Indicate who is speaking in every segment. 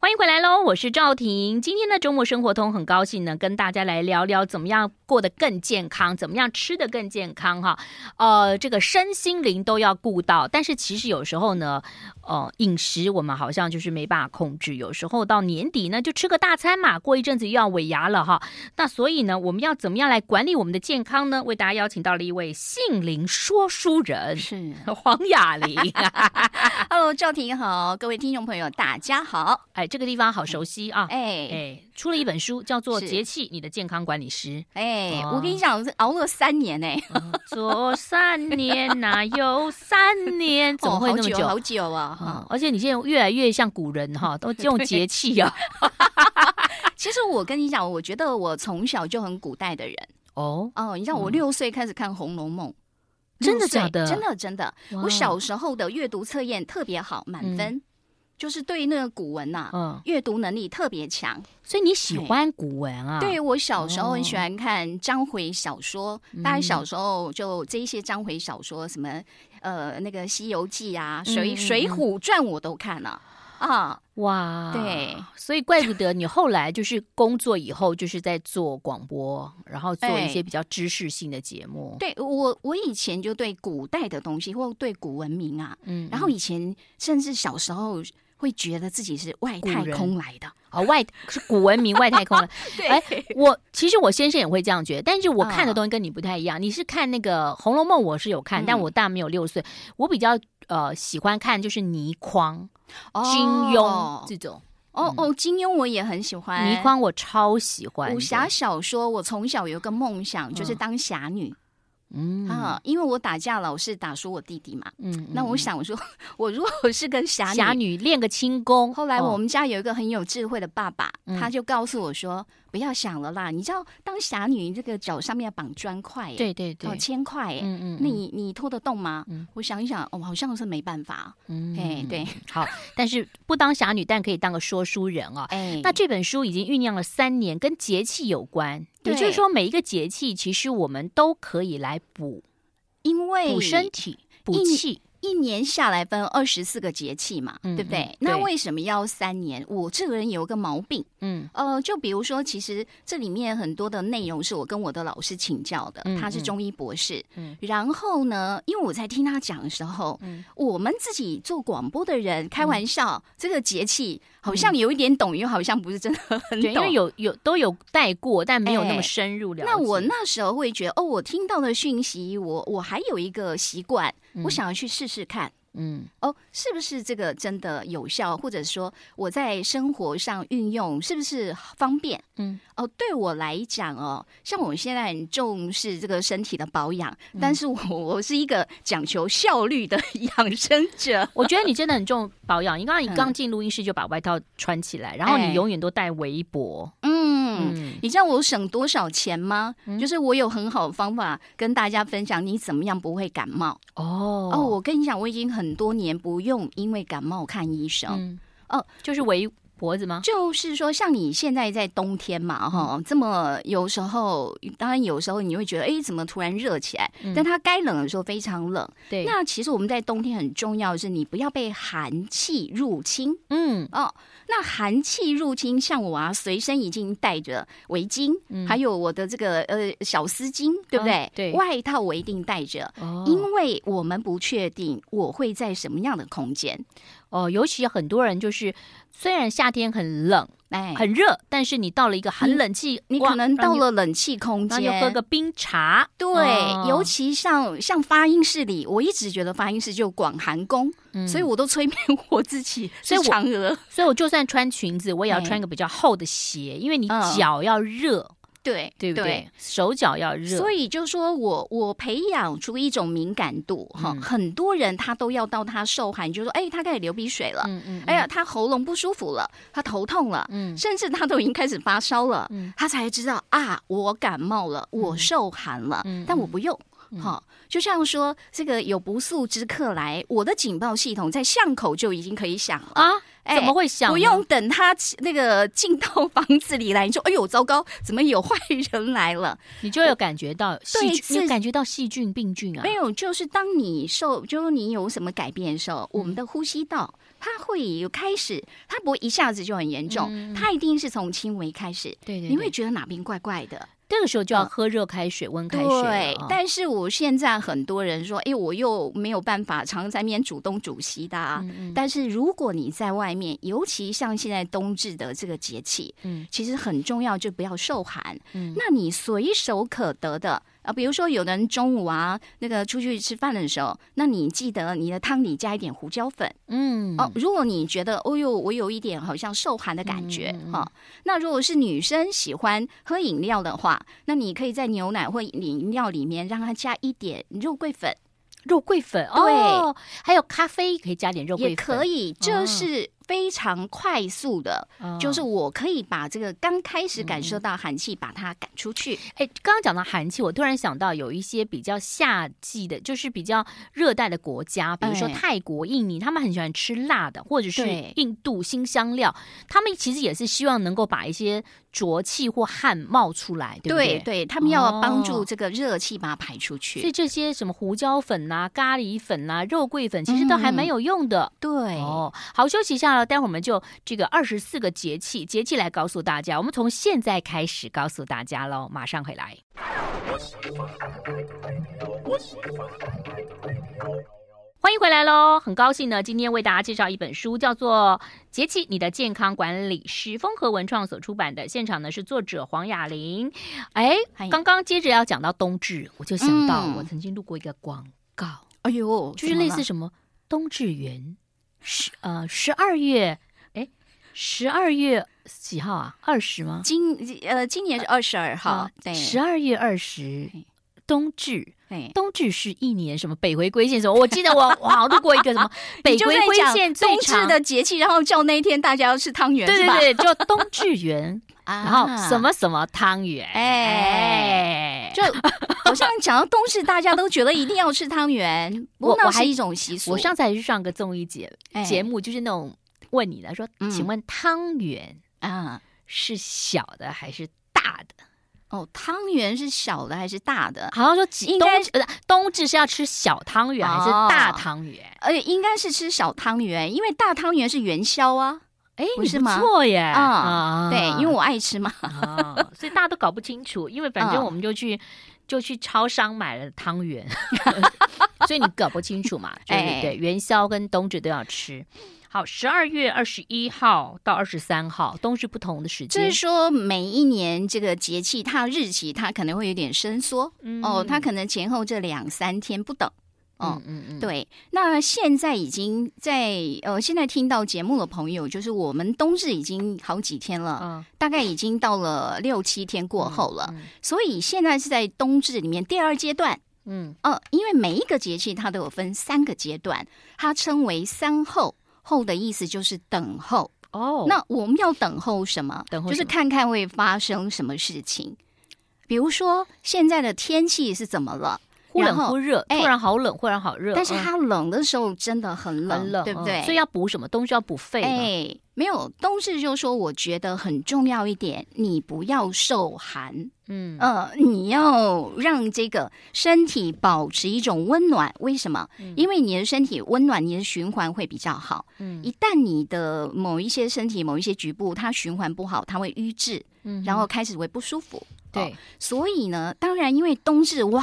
Speaker 1: 欢迎回来喽，我是赵婷。今天的周末生活通很高兴呢，跟大家来聊聊怎么样过得更健康，怎么样吃得更健康哈。呃，这个身心灵都要顾到，但是其实有时候呢，呃，饮食我们好像就是没办法控制，有时候到年底呢就吃个大餐嘛，过一阵子又要尾牙了哈。那所以呢，我们要怎么样来管理我们的健康呢？为大家邀请到了一位杏林说书人
Speaker 2: 是
Speaker 1: 黄雅玲。
Speaker 2: ，Hello，赵婷好，各位听众朋友，大家好。
Speaker 1: 哎，这个地方好熟悉啊！
Speaker 2: 哎
Speaker 1: 哎，出了一本书，叫做《
Speaker 2: 是
Speaker 1: 节气：你的健康管理师
Speaker 2: 哎，
Speaker 1: 哦
Speaker 2: 我跟你讲，我是熬了三年哎、》。
Speaker 1: 左三年哪有三年？怎么会
Speaker 2: 哦
Speaker 1: 那么
Speaker 2: 好久？好
Speaker 1: 久？
Speaker 2: 久啊！
Speaker 1: 啊
Speaker 2: 哈、！
Speaker 1: 而且你现在越来越像古人 哈，都用节气啊。
Speaker 2: 其实我跟你讲，我觉得我从小就很古代的人
Speaker 1: 哦，
Speaker 2: 哦。你像我
Speaker 1: 嗯
Speaker 2: 六岁开始看《红楼梦》
Speaker 1: 真
Speaker 2: 六
Speaker 1: 的
Speaker 2: 岁
Speaker 1: 假的
Speaker 2: 真的真的。
Speaker 1: 哇
Speaker 2: 我小时候的阅读测验特别好，满分，就是对那个古文呐、
Speaker 1: 嗯，
Speaker 2: 阅读能力特别强。
Speaker 1: 所以你喜欢古文啊？
Speaker 2: 对我小时候
Speaker 1: 哦
Speaker 2: 很喜欢看章回小说，大
Speaker 1: 嗯
Speaker 2: 概小时候就这一些章回小说，什么呃那个《西游记》啊，
Speaker 1: 嗯
Speaker 2: 水
Speaker 1: 嗯
Speaker 2: 水
Speaker 1: 嗯
Speaker 2: 浒传》我都看了啊。
Speaker 1: 哇，
Speaker 2: 对，
Speaker 1: 所以怪不得你后来就是工作以后就是在做广播，然后做一些
Speaker 2: 哎
Speaker 1: 比较知识性的节目。
Speaker 2: 对我我以前就对古代的东西或对古文明啊，
Speaker 1: 嗯，
Speaker 2: 然后以前甚至小时候会觉得自己是外
Speaker 1: 古
Speaker 2: 太
Speaker 1: 人
Speaker 2: 空来的，
Speaker 1: 哦， 外是古文明外太空了。哎
Speaker 2: 对，
Speaker 1: 我其实我先生也会这样觉得，但是我看的
Speaker 2: 啊
Speaker 1: 东西跟你不太一样。你是看那个《红楼梦》，我是有看，但
Speaker 2: 嗯
Speaker 1: 我大没有六岁，我比较呃喜欢看就是倪匡、
Speaker 2: 哦
Speaker 1: 金庸这种。
Speaker 2: 哦哦，金庸我也很喜欢，
Speaker 1: 倪匡我超喜欢
Speaker 2: 哎武侠
Speaker 1: 的，
Speaker 2: 小说，我从小有个梦想就是当侠女、
Speaker 1: 嗯
Speaker 2: 啊，因为我打架老是打输我弟弟嘛。
Speaker 1: 嗯，
Speaker 2: 那我想说， 我如果是个侠
Speaker 1: 嗯
Speaker 2: 女，
Speaker 1: 侠女练个轻功，
Speaker 2: 后来我
Speaker 1: 哦
Speaker 2: 们家有一个很有智慧的爸爸，
Speaker 1: 嗯
Speaker 2: 他就告诉我说，不要想了啦，你知道当侠女这个脚上面绑砖块耶，
Speaker 1: 对对对
Speaker 2: 哦，，千块耶，
Speaker 1: 嗯嗯，
Speaker 2: 那你你拖得动吗？
Speaker 1: 嗯
Speaker 2: 我想一想，哦，好像是没办法，
Speaker 1: 嗯
Speaker 2: 哎、对，
Speaker 1: 好，但是不当侠女，但可以当个说书人啊。
Speaker 2: 哎，
Speaker 1: 那这本书已经酝酿了三年，跟节气有关，也
Speaker 2: 对
Speaker 1: 就是说每一个节气，其实我们都可以来补
Speaker 2: 因为
Speaker 1: 补身体、补气。
Speaker 2: 一年下来分二十四个节气嘛，
Speaker 1: 嗯
Speaker 2: 对不对？
Speaker 1: 嗯
Speaker 2: 那
Speaker 1: 对
Speaker 2: 为什么要三年？我这个人有一个毛病，
Speaker 1: 嗯
Speaker 2: 呃，就比如说，其实这里面很多的内容是我跟我的老师请教的，
Speaker 1: 嗯
Speaker 2: 他是
Speaker 1: 嗯
Speaker 2: 中医博士。
Speaker 1: 嗯
Speaker 2: 然后呢，因为我在听他讲的时候，
Speaker 1: 嗯
Speaker 2: 我们自己做广播的人开玩笑，这个节气好像有一点懂，又好像不是真的很
Speaker 1: 嗯对，
Speaker 2: 懂。
Speaker 1: 因为有有都有带过，但没有那么
Speaker 2: 哎
Speaker 1: 深入了解。
Speaker 2: 那我那时候会觉得，哦，我听到的讯息，我我还有一个习惯，我
Speaker 1: 嗯
Speaker 2: 想要去试试看。
Speaker 1: 嗯
Speaker 2: 哦，是不是这个真的有效，或者说我在生活上运用是不是方便？
Speaker 1: 嗯，
Speaker 2: 哦，对我来讲哦，像我现在很重视这个身体的保养，
Speaker 1: 嗯
Speaker 2: 但是我我是一个讲求效率的 养生者。
Speaker 1: 我觉得你真的很重保养。你刚刚你
Speaker 2: 嗯
Speaker 1: 刚进录音室就把外套穿起来，然后你
Speaker 2: 哎
Speaker 1: 永远都戴围脖。
Speaker 2: 嗯，
Speaker 1: 嗯，
Speaker 2: 你知道我省多少钱吗？就是我有很好的方法跟大家分享，你怎么样不会感冒。
Speaker 1: 哦
Speaker 2: 哦，我跟你讲，我已经很多年不用因为感冒看医生。
Speaker 1: 嗯
Speaker 2: 哦，
Speaker 1: 就是围脖子吗？
Speaker 2: 就是说，像你现在在冬天
Speaker 1: 嗯
Speaker 2: 嘛，哈，这么有时候，当然有时候你会觉得，哎，怎么突然热起来？
Speaker 1: 嗯
Speaker 2: 但它该冷的时候非常冷。
Speaker 1: 对，
Speaker 2: 那其实我们在冬天很重要的是，你不要被寒气入侵
Speaker 1: 嗯
Speaker 2: 哦。那寒气入侵，像我啊，随身已经带着围巾，还有我的这个呃小丝巾，对不对？
Speaker 1: 嗯啊对
Speaker 2: 外套我一定带着。
Speaker 1: 哦
Speaker 2: 因为我们不确定我会在什么样的空间，
Speaker 1: 哦，尤其很多人就是虽然夏天很冷。
Speaker 2: 哎，
Speaker 1: 很热，但是你到了一个寒冷气，
Speaker 2: 你
Speaker 1: 哇
Speaker 2: 可能到，
Speaker 1: 然后
Speaker 2: 了冷气空
Speaker 1: 你然后
Speaker 2: 间，
Speaker 1: 就喝个冰茶，
Speaker 2: 对，
Speaker 1: 哦
Speaker 2: 尤其像像发音室里，我一直觉得发音室就广寒宫，
Speaker 1: 嗯
Speaker 2: 所以我都催眠 我自己
Speaker 1: 所以
Speaker 2: 是
Speaker 1: 我
Speaker 2: 嫦娥。
Speaker 1: 所以我就算穿裙子，我也要
Speaker 2: 哎
Speaker 1: 穿个比较厚的鞋，因为你
Speaker 2: 嗯
Speaker 1: 脚要热，
Speaker 2: 对
Speaker 1: 对不
Speaker 2: 对？
Speaker 1: 手脚要热，
Speaker 2: 所
Speaker 1: 以
Speaker 2: 以就说我我培养出一种敏感度哈，
Speaker 1: 嗯
Speaker 2: 很多人他都要到他受寒，就说哎，他开始流鼻水了，
Speaker 1: 嗯嗯，
Speaker 2: 哎呀，他喉咙不舒服了，他头痛了，
Speaker 1: 嗯
Speaker 2: 甚至他都已经开始发烧了，
Speaker 1: 嗯
Speaker 2: 他才知道啊，我感冒了，我受寒了，
Speaker 1: 嗯
Speaker 2: 但我不用。
Speaker 1: 嗯
Speaker 2: 好、就像说这个有不速之客来，我的警报系统在巷口就已经可以响了，
Speaker 1: 啊，
Speaker 2: 哎
Speaker 1: 怎么会想呢？
Speaker 2: 不用等他那个进到房子里来，你说哎呦糟糕，怎么有坏人来了？
Speaker 1: 你就有感觉到细
Speaker 2: 对
Speaker 1: 菌，你有
Speaker 2: 自
Speaker 1: 感觉到细菌病菌啊嗯
Speaker 2: 没，有，就是当你受，就是你有什么改变的时候，我们的呼吸道它会有开始，它不会一下子就很严重，
Speaker 1: 嗯
Speaker 2: 它一定是从轻微开始。
Speaker 1: 对对
Speaker 2: 你会
Speaker 1: 对，
Speaker 2: 觉得哪边怪怪的，
Speaker 1: 这个时候就要
Speaker 2: 嗯
Speaker 1: 喝热开水、温开水了
Speaker 2: 对
Speaker 1: 哦。
Speaker 2: 但是我现在很多人说，哎，我又没有办法常在面主动主席的啊。
Speaker 1: 嗯嗯
Speaker 2: 但是如果你在外面，尤其像现在冬至的这个节气，
Speaker 1: 嗯
Speaker 2: 其实很重要，就不要受寒。
Speaker 1: 嗯
Speaker 2: 那你随手可得的啊，比如说有的人中午啊，那个出去吃饭的时候，那你记得你的汤里加一点胡椒粉。
Speaker 1: 嗯
Speaker 2: 哦，如果你觉得哦哟，我有一点好像受寒的感觉
Speaker 1: 嗯嗯嗯
Speaker 2: 哈、那如果是女生喜欢喝饮料的话，那你可以在牛奶或饮料里面让它加一点肉桂粉，
Speaker 1: 肉桂粉
Speaker 2: 对
Speaker 1: 哦，还有咖啡可以加点肉
Speaker 2: 也
Speaker 1: 桂
Speaker 2: 可
Speaker 1: 粉，
Speaker 2: 以，
Speaker 1: 哦
Speaker 2: 这是非常快速的，
Speaker 1: 哦
Speaker 2: 就是我可以把这个刚开始感受到寒气把它赶出去。
Speaker 1: 哎，刚刚讲到寒气，我突然想到有一些比较夏季的，就是比较热带的国家，比如说
Speaker 2: 哎
Speaker 1: 泰国、印尼，他们很喜欢吃辣的，或者是
Speaker 2: 对
Speaker 1: 印度新香料，他们其实也是希望能够把一些浊气或汗冒出来，对不
Speaker 2: 对对，他们要帮
Speaker 1: 哦
Speaker 2: 助这个热气把它排出去。
Speaker 1: 所以这些什么胡椒粉呐、咖喱粉呐、肉桂粉，其实都还蛮
Speaker 2: 嗯
Speaker 1: 有用的。
Speaker 2: 对，
Speaker 1: 哦，好，休息一下了，待会儿我们就这个二十四个节气，节气来告诉大家，我们从现在开始告诉大家喽，马上回来。欢迎回来喽！很高兴呢，今天为大家介绍一本书，叫做《节气你的健康管理师》，风和文创所出版的。现场呢是作者黄雅玲。哎
Speaker 2: 嗨，
Speaker 1: 刚刚接着要讲到冬至，我就想到
Speaker 2: 嗯
Speaker 1: 我曾经录过一个广告，
Speaker 2: 哎呦，
Speaker 1: 就是
Speaker 2: 怎么
Speaker 1: 类
Speaker 2: 了
Speaker 1: 似什么冬至圆，十呃十二月，哎，十二月几号啊？二十吗？
Speaker 2: 今呃今年是二十二号，哦对，
Speaker 1: 十二月二十
Speaker 2: 对，
Speaker 1: 冬至。
Speaker 2: 对。
Speaker 1: 冬至是一年什么北回归线什么？我记得我我好像路过一个什么北
Speaker 2: 你就
Speaker 1: 回
Speaker 2: 在
Speaker 1: 归
Speaker 2: 讲
Speaker 1: 线最
Speaker 2: 冬至
Speaker 1: 长。
Speaker 2: 的节气，然后叫那一天大家要吃汤圆，
Speaker 1: 对
Speaker 2: 是吧？
Speaker 1: 对对，就冬至 圆，
Speaker 2: 啊
Speaker 1: 然后什？么什么汤圆，
Speaker 2: 哎
Speaker 1: 哎
Speaker 2: 就好像讲到冬至，大家都觉得一定要吃 汤圆，不
Speaker 1: 我
Speaker 2: 过
Speaker 1: 我
Speaker 2: 那
Speaker 1: 还
Speaker 2: 是一种习俗。
Speaker 1: 我上次还去上个综艺节
Speaker 2: 哎
Speaker 1: 节目，就是那种问你的说，
Speaker 2: 嗯
Speaker 1: 请问汤圆
Speaker 2: 啊，
Speaker 1: 是小的还是大的？
Speaker 2: 哦，汤圆是小的还是大的？
Speaker 1: 好像说几
Speaker 2: 应
Speaker 1: 冬
Speaker 2: 该
Speaker 1: 至呃冬至是要吃小汤圆还是
Speaker 2: 哦
Speaker 1: 大汤圆？
Speaker 2: 而且应该是吃小汤圆，因为大汤圆是元宵啊。
Speaker 1: 哎，
Speaker 2: 不
Speaker 1: 你嗯
Speaker 2: 是
Speaker 1: 不
Speaker 2: 吗
Speaker 1: 错耶！啊
Speaker 2: 啊对，因为
Speaker 1: 我
Speaker 2: 我爱吃嘛。
Speaker 1: 所以大家都搞不清楚，因为反正
Speaker 2: 嗯
Speaker 1: 我们就去就去超商买了汤圆， 所以你搞不清楚嘛，对对
Speaker 2: 哎
Speaker 1: 对，元宵跟冬至都要吃。好，十二月二十一号到二十三号，冬至不同的时
Speaker 2: 就是
Speaker 1: 间。
Speaker 2: 说，每一年这个节气，它日期它可能会有点伸缩、哦，它可能前后这两三天不等。哦，
Speaker 1: 嗯嗯嗯，
Speaker 2: 对，那现在已经在呃，现在听到节目的朋友，就是我们冬至已经好几天了，
Speaker 1: 嗯，
Speaker 2: 大概已经到了六七天过后了，
Speaker 1: 嗯
Speaker 2: 所以现在是在冬至里面第二阶段。
Speaker 1: 嗯，
Speaker 2: 呃，因为每一个节气它都有分三个阶段，它称为三候。候的意思就是等候。
Speaker 1: 哦，
Speaker 2: 那我们要等候什么？
Speaker 1: 等候
Speaker 2: 就是
Speaker 1: 什么
Speaker 2: 看看会发生什么事情。比如说现在的天气是怎么了？
Speaker 1: 忽冷
Speaker 2: 然后
Speaker 1: 忽热，
Speaker 2: 哎
Speaker 1: 突然好冷，忽然好热，
Speaker 2: 但是
Speaker 1: 嗯
Speaker 2: 它冷的时候真的很冷，
Speaker 1: 很冷，
Speaker 2: 对不
Speaker 1: 嗯
Speaker 2: 对？
Speaker 1: 所以要补什么东西？要补肺嘛。
Speaker 2: 哎，没有，冬至就说我觉得很重要一点，你不要受寒，
Speaker 1: 嗯
Speaker 2: 呃，你要让这个身体保持一种温暖。为什么？因为你的身体温暖，你的循环会比较好。
Speaker 1: 嗯
Speaker 2: 一旦你的某一些身体、某一些局部它循环不好，它会瘀滞，
Speaker 1: 嗯
Speaker 2: 然后开始会不舒服。
Speaker 1: 对，
Speaker 2: 所以呢，当然，因为冬至哇，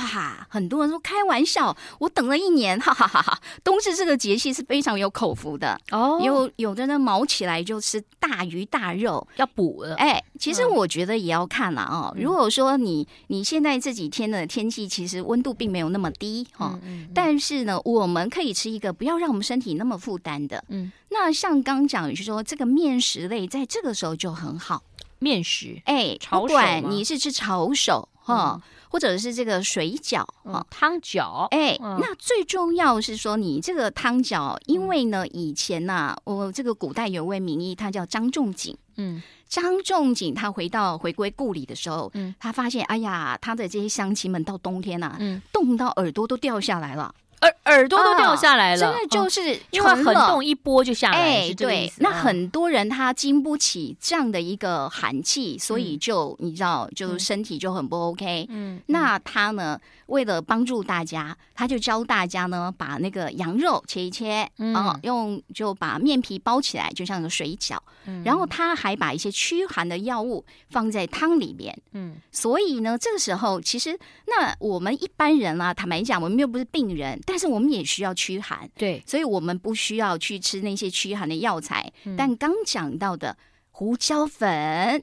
Speaker 2: 很多人说开玩笑，我等了一年，哈哈哈哈！冬至这个节气是非常有口福的，
Speaker 1: 哦
Speaker 2: 有有的人毛起来就吃大鱼大肉，
Speaker 1: 要补了。
Speaker 2: 哎，其实
Speaker 1: 嗯
Speaker 2: 我觉得也要看啦哦。
Speaker 1: 嗯
Speaker 2: 如果说你你现在这几天的天气其实温度并没有那么低哈、哦
Speaker 1: 嗯，嗯嗯
Speaker 2: 但是呢，我们可以吃一个不要让我们身体那么负担的。
Speaker 1: 嗯，
Speaker 2: 那像刚讲，就是说这个面食类在这个时候就很好，
Speaker 1: 面食，
Speaker 2: 哎，
Speaker 1: 炒
Speaker 2: 不
Speaker 1: 手
Speaker 2: 管
Speaker 1: 吗
Speaker 2: 你是吃炒手哈、或者是这个水饺哈。
Speaker 1: 嗯汤饺，
Speaker 2: 哦哎、
Speaker 1: 嗯
Speaker 2: 那最重要是说你这个汤饺，因为呢，以前呐、我这个古代有位名医，他叫张仲景。
Speaker 1: 嗯，
Speaker 2: 张仲景他回到回归故里的时候，
Speaker 1: 嗯
Speaker 2: 他发现，哎呀，他的这些乡亲们到冬天呐、
Speaker 1: 嗯
Speaker 2: 冻到耳朵都掉下来了，
Speaker 1: 耳耳朵都掉下来了，
Speaker 2: 真的
Speaker 1: 嗯
Speaker 2: 就是
Speaker 1: 因为很
Speaker 2: 纯冷
Speaker 1: 动一波就下来，
Speaker 2: 哦哎，
Speaker 1: 是这个意
Speaker 2: 对，
Speaker 1: 思
Speaker 2: 那
Speaker 1: 嗯
Speaker 2: 很多人他经不起这样的一个寒气，所以就你知道，就
Speaker 1: 嗯
Speaker 2: 身体就很不 OK。
Speaker 1: 嗯，
Speaker 2: 那他呢，为了帮助大家，他就教大家呢，把那个羊肉切一切，
Speaker 1: 嗯
Speaker 2: 啊用就把面皮包起来，就像个水饺。
Speaker 1: 嗯
Speaker 2: 然后他还把一些驱寒的药物放在汤里面。
Speaker 1: 嗯
Speaker 2: 所以呢，这个时候其实那我们一般人啊，坦白讲，我们又不是病人，但是我们也需要驱寒。
Speaker 1: 对，
Speaker 2: 所以我们不需要去吃那些驱寒的药材。
Speaker 1: 嗯
Speaker 2: 但刚讲到的胡椒粉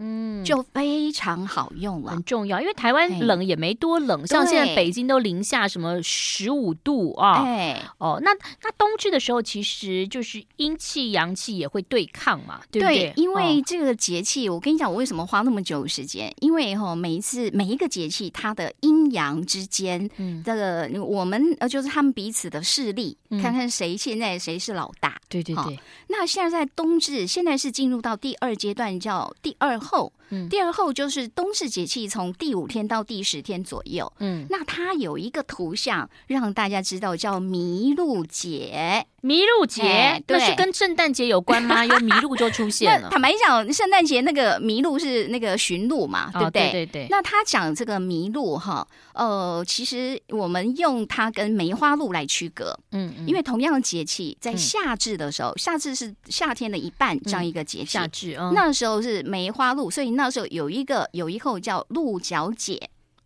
Speaker 1: 嗯
Speaker 2: 就非常好用了
Speaker 1: 很。重要，因为台湾
Speaker 2: 哎
Speaker 1: 冷也没多冷，像现在
Speaker 2: 对
Speaker 1: 北京都零下什么十五度啊。
Speaker 2: 哎、
Speaker 1: 哦，那那冬至的时候，其实就是阴气阳气也会对抗嘛，对不对？
Speaker 2: 因为
Speaker 1: 哦
Speaker 2: 这个节气，我跟你讲，我为什么花那么久的时间？因为哈、每一次每一个节气，它的阴阳之间，
Speaker 1: 嗯，
Speaker 2: 这个我们呃，就是他们彼此的势力，
Speaker 1: 嗯
Speaker 2: 看看谁现在谁是老大。
Speaker 1: 对对
Speaker 2: 好
Speaker 1: 对，
Speaker 2: 那现在在冬至，现在是进入到第二阶段，叫第二候。
Speaker 1: 嗯
Speaker 2: 第二候就是冬至节气从第五天到第十天左右。
Speaker 1: 嗯，
Speaker 2: 那它有一个图像让大家知道，叫麋鹿节。
Speaker 1: 麋鹿节
Speaker 2: 哎
Speaker 1: 那
Speaker 2: 对
Speaker 1: 是跟圣诞节有关吗？因为麋鹿就出现
Speaker 2: 那
Speaker 1: 了，
Speaker 2: 坦白讲，圣诞节那个麋鹿是那个驯鹿嘛，对
Speaker 1: 哦
Speaker 2: 不对？
Speaker 1: 对对对，
Speaker 2: 那他讲这个麋鹿哈，呃，其实我们用它跟梅花鹿来区隔，
Speaker 1: 嗯，嗯
Speaker 2: 因为同样的节气，在
Speaker 1: 嗯
Speaker 2: 夏至的时候，夏至是夏天的一半这样一个节气，
Speaker 1: 夏至啊，嗯
Speaker 2: 那时候是梅花鹿，所以那时候有一个有一口叫鹿角节，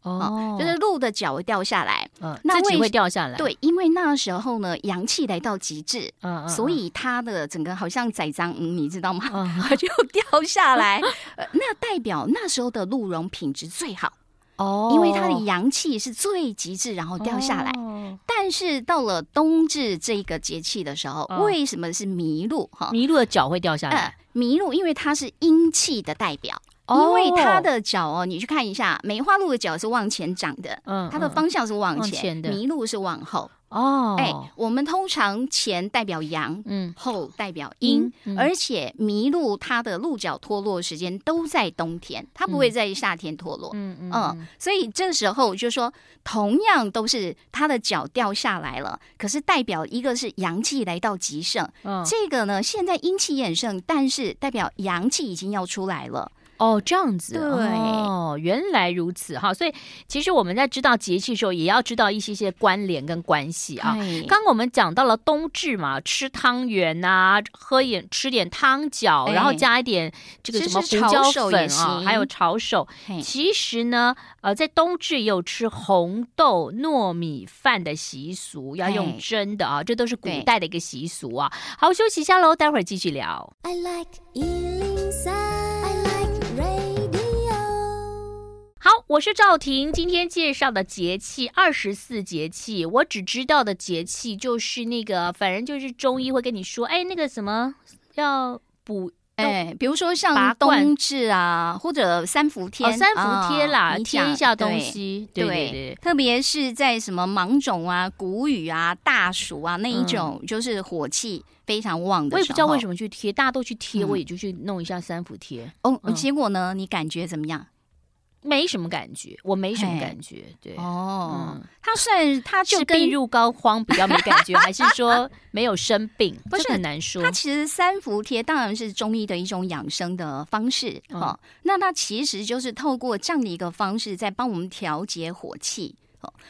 Speaker 1: 哦，
Speaker 2: 就是鹿的角会掉下来。
Speaker 1: 嗯
Speaker 2: 那
Speaker 1: 自己
Speaker 2: 为
Speaker 1: 会掉下来，
Speaker 2: 对，因为那时候呢，阳气来到极致，
Speaker 1: 嗯，嗯
Speaker 2: 所以它的整个好像宰张，嗯，你知道吗？
Speaker 1: 嗯
Speaker 2: 就掉下来，呃那代表那时候的鹿茸品质最好，
Speaker 1: 哦，
Speaker 2: 因为它的阳气是最极致，然后掉下来。
Speaker 1: 哦
Speaker 2: 但是到了冬至这个节气的时候，
Speaker 1: 嗯
Speaker 2: 为什么是麋鹿？哈，
Speaker 1: 麋鹿的脚会掉下
Speaker 2: 呃
Speaker 1: 来，，
Speaker 2: 麋鹿因为它是阴气的代表，呃因为它的脚哦，你去看一下，梅花鹿的脚是往前长的。
Speaker 1: 嗯
Speaker 2: 它的
Speaker 1: 嗯
Speaker 2: 方向是往
Speaker 1: 往前
Speaker 2: 前，
Speaker 1: 的
Speaker 2: 麋鹿是往后。
Speaker 1: 哦，
Speaker 2: 哎、我们通常前代表阳，
Speaker 1: 嗯，
Speaker 2: 后代表
Speaker 1: 阴
Speaker 2: 阴，
Speaker 1: 嗯
Speaker 2: 而且麋鹿它的鹿角脱落时间都在冬天，它不会在夏天脱落。嗯
Speaker 1: 嗯嗯
Speaker 2: 所以这时候就说，同样都是它的脚掉下来了，可是代表一个是阳气来到极盛，
Speaker 1: 嗯
Speaker 2: 这个呢现在阴气也很盛，但是代表阳气已经要出来了。
Speaker 1: 哦，这样子，
Speaker 2: 对
Speaker 1: 哦，原来如此哈，所以其实我们在知道节气的时候，也要知道一些些关联跟关系啊。
Speaker 2: 哎
Speaker 1: 刚刚我们讲到了冬至嘛，吃汤圆呐、喝点吃点汤饺，
Speaker 2: 哎
Speaker 1: 然后加一点这个
Speaker 2: 吃
Speaker 1: 什么
Speaker 2: 吃
Speaker 1: 胡椒
Speaker 2: 抄手也
Speaker 1: 粉啊，还有
Speaker 2: 行
Speaker 1: 炒手。
Speaker 2: 嘿
Speaker 1: 其实呢，呃，在冬至也有吃红豆糯米饭的习俗，要用
Speaker 2: 哎
Speaker 1: 蒸的啊，这都是古
Speaker 2: 对
Speaker 1: 代的一个习俗啊。好，休息一下喽，待会儿继续聊。
Speaker 3: I like Ealing Sound. I like radio.
Speaker 1: 好，我是赵婷。今天介绍的节气二十四节气，我只知道的节气就是那个，反正就是中医会跟你说，哎，那个什么要补
Speaker 2: 哎，比如说
Speaker 1: 拔
Speaker 2: 像
Speaker 1: 罐
Speaker 2: 冬至啊，或者三伏天，
Speaker 1: 哦三伏贴啦，
Speaker 2: 啊你
Speaker 1: 贴
Speaker 2: 讲
Speaker 1: 一下东
Speaker 2: 对
Speaker 1: 西，
Speaker 2: 对
Speaker 1: 哦对对，
Speaker 2: 特别是在什么芒种啊、谷雨啊、大暑啊那一种，就是火气非常旺
Speaker 1: 嗯
Speaker 2: 的
Speaker 1: 我也不知道为什
Speaker 2: 么。
Speaker 1: 么去贴，大家都去贴，
Speaker 2: 嗯
Speaker 1: 我也就去弄一下三伏贴，
Speaker 2: 哦，
Speaker 1: 嗯
Speaker 2: 结果呢？你感觉怎么样？
Speaker 1: 没什么感觉，我没什么
Speaker 2: 嘿
Speaker 1: 感觉，对。
Speaker 2: 哦
Speaker 1: 嗯，
Speaker 2: 它算它就是跟
Speaker 1: 病入膏肓比较没感 觉，还是说没有生病？
Speaker 2: 不
Speaker 1: 这
Speaker 2: 是
Speaker 1: 个很难说
Speaker 2: 它。其实三伏贴当然是中医的一种养生的方式
Speaker 1: 嗯
Speaker 2: 哦，那它其实就是透过这样的一个方式，在帮我们调节火气。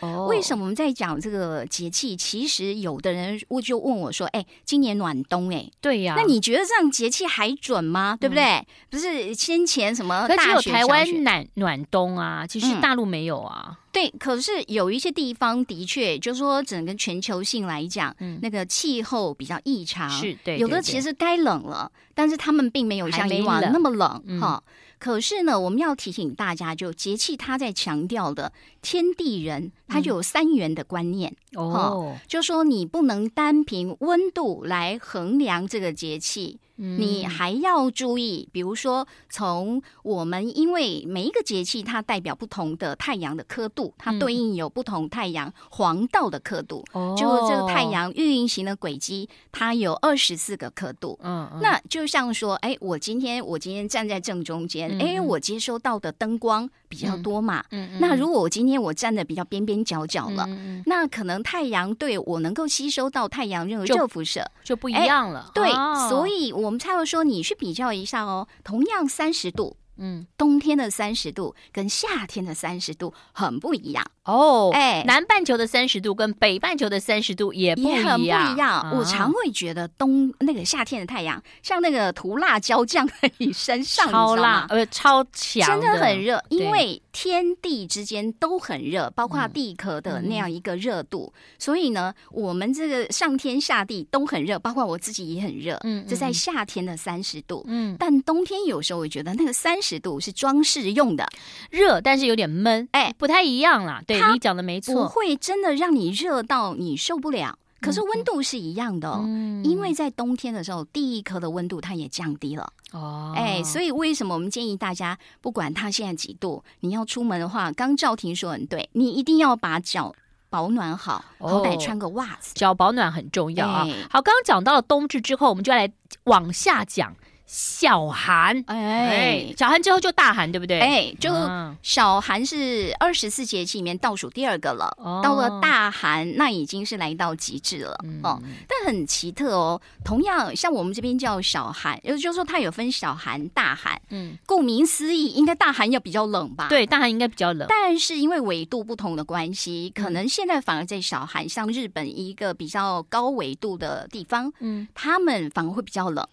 Speaker 1: 哦
Speaker 2: 为什么我们在讲这个节气？其实有的人我就问我说：“哎、今年暖冬、哎，
Speaker 1: 对呀、
Speaker 2: 那你觉得这样节气还准吗？对不对？不是先前什么
Speaker 1: 嗯可
Speaker 2: 呃大
Speaker 1: 只
Speaker 2: 雪、
Speaker 1: 有台湾
Speaker 2: 小雪
Speaker 1: 暖暖冬啊，其实
Speaker 2: 嗯
Speaker 1: 大陆没有啊。
Speaker 2: 对，可是有一些地方的确，就是说整个全球性来讲，
Speaker 1: 嗯
Speaker 2: 那个气候比较异常，
Speaker 1: 是对
Speaker 2: 有
Speaker 1: 对对
Speaker 2: 的其实该冷了，但是他们并没有
Speaker 1: 还
Speaker 2: 像
Speaker 1: 没
Speaker 2: 以往
Speaker 1: 冷
Speaker 2: 那么冷
Speaker 1: 嗯
Speaker 2: 哈。可是呢，我们要提醒大家，就节气它在强调的天地人，它
Speaker 1: 嗯
Speaker 2: 就有三元的观念。
Speaker 1: 哦，
Speaker 2: 就说你不能单凭温度来衡量这个节气，
Speaker 1: 嗯
Speaker 2: 你还要注意，比如说从我们因为每一个节气它代表不同的太阳的刻度，它
Speaker 1: 嗯
Speaker 2: 对应有不同太阳黄道的刻度，
Speaker 1: 哦
Speaker 2: 就是这个太，阳运行的轨迹，它有二十四个刻度。
Speaker 1: 嗯，嗯
Speaker 2: 那就像说，哎、我今天我今天站在正中间，
Speaker 1: 嗯
Speaker 2: 哎、
Speaker 1: 嗯
Speaker 2: 我接收到的灯光比较多嘛。
Speaker 1: 嗯
Speaker 2: 那如果我今天我站的比较边边角角了，，
Speaker 1: 嗯嗯嗯
Speaker 2: 那可能太阳对我能够吸收到太阳热
Speaker 1: 就
Speaker 2: 热辐射，
Speaker 1: 就不一
Speaker 2: 哎
Speaker 1: 样了，
Speaker 2: 对，
Speaker 1: 哦
Speaker 2: 所，以我们才会说你去比较一下哦，同样三十度。
Speaker 1: 嗯，
Speaker 2: 冬天的三十度跟夏天的三十度很不一样，
Speaker 1: 哦，
Speaker 2: 哎
Speaker 1: 南半球的三十度跟北半球的三十度也不
Speaker 2: 也很
Speaker 1: 一
Speaker 2: 不一
Speaker 1: 样，
Speaker 2: 样。我
Speaker 1: 啊
Speaker 2: 常会觉得冬那个夏天的太阳像那个涂辣椒酱在你身上，你知道
Speaker 1: 超辣
Speaker 2: 吗，
Speaker 1: 呃，超强，
Speaker 2: 真的很，热，
Speaker 1: 对
Speaker 2: 因为天地之间都很热，包括
Speaker 1: 嗯
Speaker 2: 地壳的那样一个热度，所以呢，我们这个上天下地都很热，包括我自己也很热。
Speaker 1: 嗯，
Speaker 2: 这在
Speaker 1: 嗯
Speaker 2: 夏天的三十度，
Speaker 1: 嗯
Speaker 2: 但冬天有时候我觉得那个三十度是装饰用的，
Speaker 1: 热，但是有点闷，
Speaker 2: 哎，
Speaker 1: 不太一样啦。对
Speaker 2: 它
Speaker 1: 你讲的没
Speaker 2: 不
Speaker 1: 错，
Speaker 2: 会真的让你热到你受不了。可是
Speaker 1: 嗯
Speaker 2: 温度是一样的哦。
Speaker 1: 嗯
Speaker 2: 因为在冬天的时候，地壳的温度它也降低了，
Speaker 1: 哦，
Speaker 2: 哎、所
Speaker 1: 以
Speaker 2: 以为什么我们建议大家，不管它现在几度，你要出门的话，刚赵婷说很对，你一定要把脚保暖好，
Speaker 1: 哦
Speaker 2: 好歹穿个袜子。
Speaker 1: 脚保暖很重要啊
Speaker 2: 哎。
Speaker 1: 好，刚刚讲到了冬至之后，我们就来往下讲小寒。哎
Speaker 2: 哎，
Speaker 1: 小寒之后就大寒，对不对？，
Speaker 2: 哎，就
Speaker 1: 啊
Speaker 2: 小寒是二十四节气里面倒数第二个了，
Speaker 1: 哦
Speaker 2: 到了大寒那已经是来到极致了、
Speaker 1: 嗯
Speaker 2: 哦。但很奇特哦，同样像我们这边叫小寒，也就是说它有分小寒、大寒。
Speaker 1: 嗯，
Speaker 2: 顾名思义，应该大寒要比较冷吧？。
Speaker 1: 对，大寒应该比较冷。
Speaker 2: 啊但是因为纬度不同的关系，可能现在反而在小寒，像日本一个比较高纬度的地方，
Speaker 1: 嗯，
Speaker 2: 他们反而会比较冷。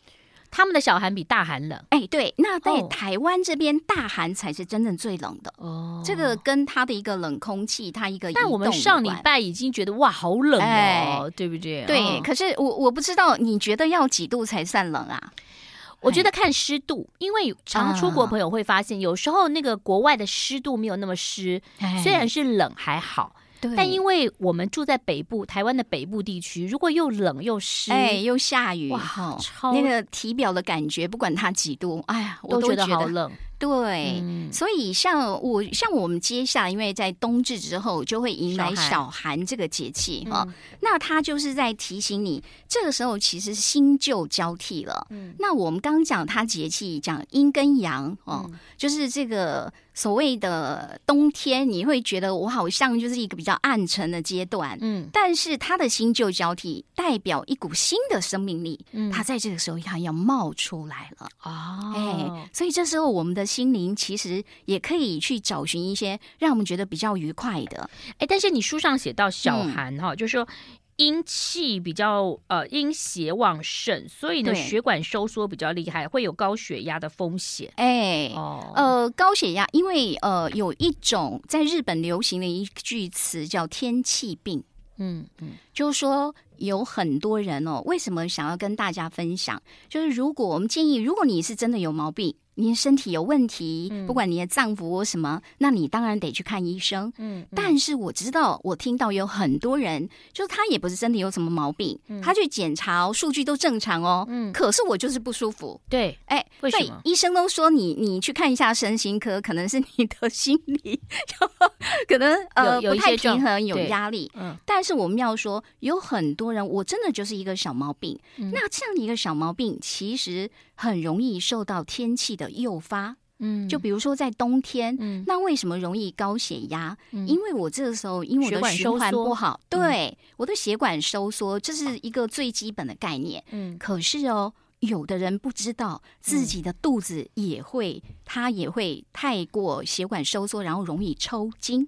Speaker 1: 他们的小寒比大寒冷
Speaker 2: 哎，对，那在
Speaker 1: 哦
Speaker 2: 台湾这边，大寒才是真正最冷的。
Speaker 1: 哦
Speaker 2: 这个跟它的一个冷空气，它一个移
Speaker 1: 但我们
Speaker 2: 动有
Speaker 1: 上礼
Speaker 2: 关
Speaker 1: 拜已经觉得哇，好冷哦
Speaker 2: 哎，
Speaker 1: 对不对？
Speaker 2: 对，
Speaker 1: 嗯
Speaker 2: 可是我我不知道，你觉得要几度才算冷啊？
Speaker 1: 我觉得看湿度，因为常出国朋友会发现，有时候那个国外的湿度没有那么湿，
Speaker 2: 哎
Speaker 1: 虽然是冷还好，
Speaker 2: 对
Speaker 1: 但因为我们住在北部，台湾的北部地区，如果又冷又湿，
Speaker 2: 哎又下雨
Speaker 1: 哇
Speaker 2: 哈
Speaker 1: 超
Speaker 2: 那个体表的感觉，不管它几度，哎呀，我
Speaker 1: 都
Speaker 2: 都
Speaker 1: 觉得好冷。
Speaker 2: 对。
Speaker 1: 嗯
Speaker 2: 所以，像我像我们接下来，因为在冬至之后就会迎来
Speaker 1: 小寒
Speaker 2: 小寒这个节气哈、
Speaker 1: 嗯
Speaker 2: 那它就是在提醒你，这个时候其实新旧交替了。
Speaker 1: 嗯
Speaker 2: 那我们刚讲它节气讲阴跟阳哦、
Speaker 1: 嗯
Speaker 2: 就是这个所谓的冬天，你会觉得我好像就是一个比较暗沉的阶段，
Speaker 1: 嗯
Speaker 2: 但是它的新旧交替代表一股新的生命力，
Speaker 1: 嗯
Speaker 2: 它在这个时候它要冒出来了。
Speaker 1: 哦，
Speaker 2: 哎，所以这时候我们的心灵其实也可以去找寻一些让我们觉得比较愉快的，
Speaker 1: 哎，但是你书上写到小
Speaker 2: 嗯
Speaker 1: 寒哈、就是说阴气比较呃阴邪旺盛，所以呢
Speaker 2: 对
Speaker 1: 血管收缩比较厉害，会有高血压的风险。
Speaker 2: 哎。
Speaker 1: 哦，
Speaker 2: 呃，高血压，因为呃，有一种在日本流行的一句词叫“天气病
Speaker 1: 嗯嗯”，
Speaker 2: 就是说有很多人哦，为什么想要跟大家分享？就是如果我们建议，如果你是真的有毛病，你的身体有问题，
Speaker 1: 嗯
Speaker 2: 不管你的脏腑或什么，那你当然得去看医生。
Speaker 1: 嗯，嗯
Speaker 2: 但是我知道，我听到有很多人，就是他也不是真的有什么毛病，他去检查哦数据都正常哦，
Speaker 1: 嗯
Speaker 2: 可是我就是不舒服。
Speaker 1: 对，
Speaker 2: 哎，
Speaker 1: 为什
Speaker 2: 对
Speaker 1: 么
Speaker 2: 医生都说你你去看一下身心科，可能是你的心理，可能呃
Speaker 1: 有有
Speaker 2: 不
Speaker 1: 一
Speaker 2: 太
Speaker 1: 些状
Speaker 2: 平衡，有
Speaker 1: 对
Speaker 2: 压力。
Speaker 1: 嗯
Speaker 2: 但是我们要说，有很多人我真的就是一个小毛病，
Speaker 1: 嗯
Speaker 2: 那这样的一个小毛病，其实很容易受到天气的诱发。
Speaker 1: 嗯
Speaker 2: 就比如说在冬天，
Speaker 1: 嗯
Speaker 2: 那为什么容易高血压？
Speaker 1: 嗯
Speaker 2: 因为我这个时候因为
Speaker 1: 血
Speaker 2: 我的
Speaker 1: 管收
Speaker 2: 循环
Speaker 1: 缩嗯
Speaker 2: 不好，对我的血管收缩，这是一个最基本的概念。
Speaker 1: 嗯
Speaker 2: 可是哦，有的人不知道自己的肚子也会，它也会太过血管收缩，然后容易抽筋，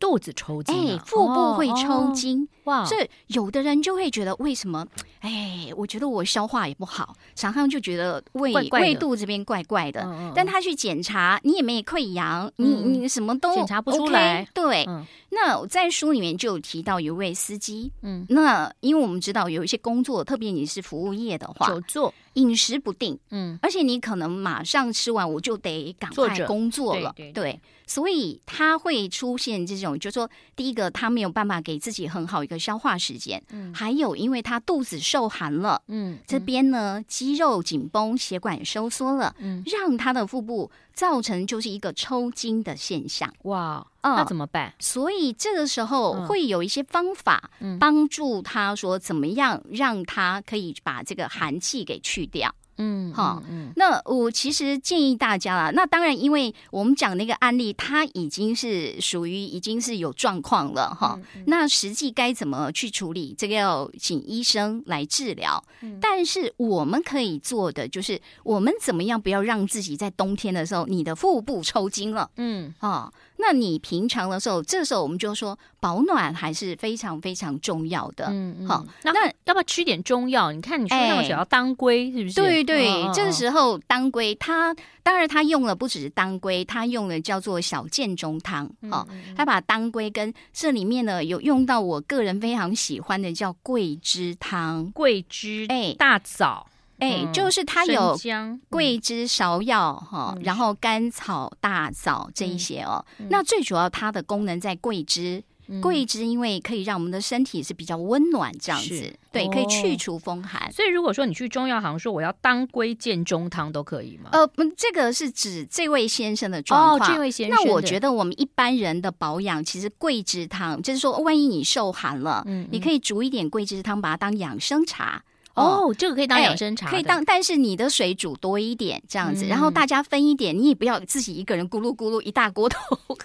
Speaker 1: 肚子抽筋
Speaker 2: 哎
Speaker 1: 啊、，
Speaker 2: 腹部会
Speaker 1: 哦
Speaker 2: 抽、筋。
Speaker 1: 哦哇，
Speaker 2: 这有的人就会觉得为什么？哎，我觉得我消化也不好，常常就觉得胃
Speaker 1: 怪怪的
Speaker 2: 胃肚这边怪怪的。
Speaker 1: 嗯嗯
Speaker 2: 但他去检查，你也没溃疡，你
Speaker 1: 嗯
Speaker 2: 你什么都
Speaker 1: 检查不出
Speaker 2: OK，
Speaker 1: 来
Speaker 2: 对，
Speaker 1: 嗯
Speaker 2: 那我在书里面就有提到有一位司机，
Speaker 1: 嗯
Speaker 2: 那因为我们知道有一些工作，特别你是服务业的话，
Speaker 1: 久坐，
Speaker 2: 饮食不定，
Speaker 1: 嗯，
Speaker 2: 而且你可能马上吃完，我就得赶
Speaker 1: 坐
Speaker 2: 快
Speaker 1: 着
Speaker 2: 工作
Speaker 1: 对
Speaker 2: 了，
Speaker 1: 对
Speaker 2: 所以它会出现这种，就是说第一个，它没有办法给自己很好一个消化时间，
Speaker 1: 嗯
Speaker 2: 还有因为它肚子受寒了，
Speaker 1: 嗯，
Speaker 2: 这
Speaker 1: 嗯
Speaker 2: 边呢肌肉紧绷，血管收缩了，
Speaker 1: 嗯
Speaker 2: 让它的腹部造成就是一个抽筋的现象，
Speaker 1: 哇，
Speaker 2: 嗯
Speaker 1: 那怎么办？
Speaker 2: 所以这个时
Speaker 1: 嗯
Speaker 2: 候会有一些方法
Speaker 1: 嗯
Speaker 2: 帮助他说怎么样让他可以把这个寒气给去掉。
Speaker 1: 嗯，
Speaker 2: 好
Speaker 1: 嗯，
Speaker 2: 那我其实建议大家啦，那当然，因为我们讲那个案例，它已经是属于已经是有状况了哈。
Speaker 1: 嗯嗯
Speaker 2: 那实际该怎么去处理，这个要请医生来治疗。
Speaker 1: 嗯
Speaker 2: 但是我们可以做的就是，我们怎么样不要让自己在冬天的时候你的腹部抽筋了。
Speaker 1: 嗯
Speaker 2: 哦，那你平常的时候，这时候我们就说保暖还是非常非常重要的。
Speaker 1: 嗯嗯，
Speaker 2: 好
Speaker 1: 那
Speaker 2: 那
Speaker 1: 要不要吃点中药？你看你说那个
Speaker 2: 哎
Speaker 1: 只要当归，是不是？
Speaker 2: 对对，
Speaker 1: 嗯嗯
Speaker 2: 这个
Speaker 1: 嗯
Speaker 2: 时候当归，它当然它用了不只是当归，它用了叫做小建中汤
Speaker 1: 嗯
Speaker 2: 哦，它把当归跟这里面呢有用到我个人非常喜欢的叫桂枝汤，
Speaker 1: 桂枝、
Speaker 2: 哎
Speaker 1: 大枣，
Speaker 2: 哎，
Speaker 1: 嗯
Speaker 2: 就是它
Speaker 1: 生
Speaker 2: 有
Speaker 1: 姜、
Speaker 2: 桂枝、芍药哈，
Speaker 1: 嗯
Speaker 2: 然后甘草、大枣这一些哦。那最主要它的功能在桂枝，
Speaker 1: 嗯
Speaker 2: 桂枝因为可以让我们的身体是比较温暖这样
Speaker 1: 是
Speaker 2: 子，对，
Speaker 1: 哦
Speaker 2: 可以去除风寒。
Speaker 1: 所以如果说你去中药行说我要当归健中汤都可以吗？
Speaker 2: 呃，不这个是指这位先生的状况。
Speaker 1: 哦这位先生的，
Speaker 2: 那我觉得我们一般人的保养，其实桂枝汤，就是说，万一你受寒了，
Speaker 1: 嗯，嗯
Speaker 2: 你可以煮一点桂枝汤，把它当养生茶。
Speaker 1: 哦，这个可以当
Speaker 2: 哎
Speaker 1: 养生茶的，
Speaker 2: 可以当，但是你的水煮多一点这样子，
Speaker 1: 嗯
Speaker 2: 然后大家分一点，你也不要自己一个人咕噜咕噜一大锅头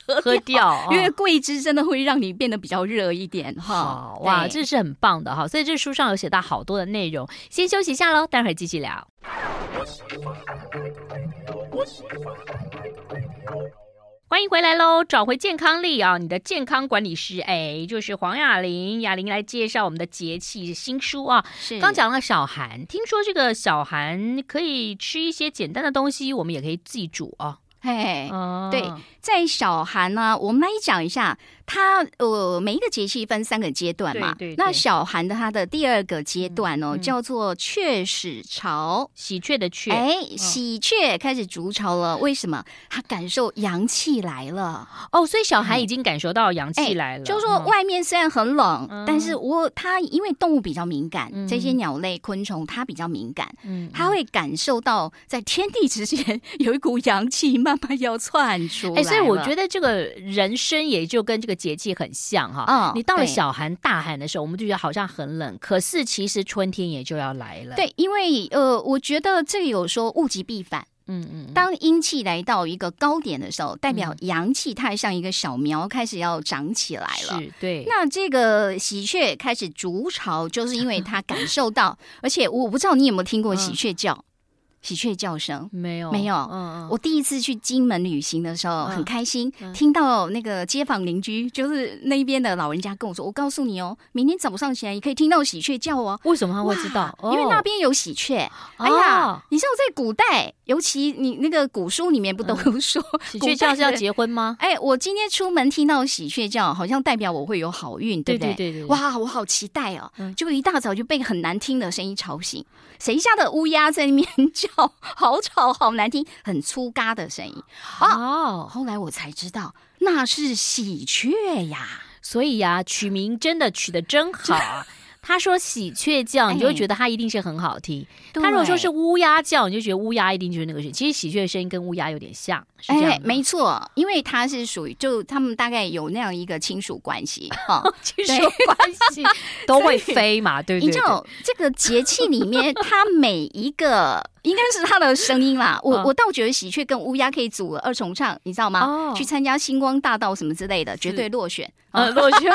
Speaker 2: 喝
Speaker 1: 喝掉， 哦
Speaker 2: 因为桂枝真的会让你变得比较热一点哈
Speaker 1: 好。哇，
Speaker 2: 对
Speaker 1: 这是很棒的哈。所以这书上有写到好多的内容，先休息一下喽，待会儿继续聊。欢迎回来喽！找回健康力啊，你的健康管理师哎，就是黄雅玲，雅玲来介绍我们的节气新书啊。
Speaker 2: 是
Speaker 1: 刚讲了小寒，听说这个小寒可以吃一些简单的东西，我们也可以自己煮啊。
Speaker 2: 嘿，
Speaker 1: 哦
Speaker 2: 哎对在小寒呢、我们来讲一下它呃每一个节气分三个阶段嘛。
Speaker 1: 对对对
Speaker 2: 那小寒的它的第二个阶段哦，
Speaker 1: 嗯嗯
Speaker 2: 叫做雀始巢。
Speaker 1: 喜鹊的雀，
Speaker 2: 哎，喜鹊开始筑巢了，为什么？它感受阳气来了。
Speaker 1: 哦，所以小寒已经感受到阳气
Speaker 2: 嗯哎
Speaker 1: 来了，
Speaker 2: 就是说
Speaker 1: 嗯
Speaker 2: 外面虽然很冷，
Speaker 1: 嗯
Speaker 2: 但是我它因为动物比较敏感，
Speaker 1: 嗯
Speaker 2: 这些鸟类、昆虫它比较敏感，
Speaker 1: 嗯
Speaker 2: 它会感受到在天地之间 有一股阳气慢慢要窜出来
Speaker 1: 哎、
Speaker 2: 了。
Speaker 1: 所以我觉得这个人生也就跟这个节气很像哈。
Speaker 2: 嗯
Speaker 1: 你到了
Speaker 2: 对
Speaker 1: 小寒、大寒的时候，我们就觉得好像很冷，可是其实春天也就要来了。，
Speaker 2: 对，因为呃，我觉得这个有说物极必反。
Speaker 1: 嗯嗯，
Speaker 2: 当阴气来到一个高点的时候，代表阳气它像一个小苗开始要长起来了。
Speaker 1: 是，对，
Speaker 2: 那这个喜鹊开始筑巢，就是因为它感 受到，而且我不知道你有没有听过
Speaker 1: 嗯
Speaker 2: 喜鹊叫，喜鹊叫声。
Speaker 1: 没有
Speaker 2: 没有
Speaker 1: 嗯嗯，
Speaker 2: 我第一次去金门旅行的时候，
Speaker 1: 嗯
Speaker 2: 很开心，
Speaker 1: 嗯
Speaker 2: 听到那个街坊邻居，就是那边的老人家跟我说：“我告诉你哦，明天早上起来也可以听到喜鹊叫哦。”
Speaker 1: 为什么他会知道？
Speaker 2: 哇因为
Speaker 1: 哦
Speaker 2: 那边有喜鹊。哎
Speaker 1: 哦
Speaker 2: 呀，你知道在古代，尤其你那个古书里面不都有 说，
Speaker 1: 嗯喜
Speaker 2: 古
Speaker 1: 鹊
Speaker 2: 代
Speaker 1: 叫是要
Speaker 2: 的
Speaker 1: 结婚吗？
Speaker 2: 哎，我今天出门听到喜鹊叫，好像代表我会有好运，对不
Speaker 1: 对对对对
Speaker 2: 哇，我好期待哦！
Speaker 1: 嗯
Speaker 2: 结果一大早就被很难听的声音吵醒，谁家的乌鸦在那边叫，好吵，好难听，很粗嘎的声音。
Speaker 1: 哦，
Speaker 2: 后来我才知道那是喜鹊呀。
Speaker 1: 所以呀、取名真的取得真好啊。他说喜鹊叫，你就会
Speaker 2: 哎
Speaker 1: 觉得它一定是很好听。他如果说是
Speaker 2: 对
Speaker 1: 乌鸦叫，你就觉得乌鸦一定就是那个声音。其实喜鹊的声音跟乌鸦有点像，是这样
Speaker 2: 哎
Speaker 1: 吗，
Speaker 2: 没错，因为它是属于就他们大概有那样一个亲属关系哈。哦
Speaker 1: 亲属关系 都会飞嘛，对不
Speaker 2: 你
Speaker 1: 对？
Speaker 2: 知
Speaker 1: 对
Speaker 2: 道这个节气里面，它每一个 应该是它的声音啦。我
Speaker 1: 嗯
Speaker 2: 我倒觉得喜鹊跟乌鸦可以组二重唱，你知道
Speaker 1: 哦
Speaker 2: 吗？去参加星光大道什么之类的，绝对落选，
Speaker 1: 呃，落雪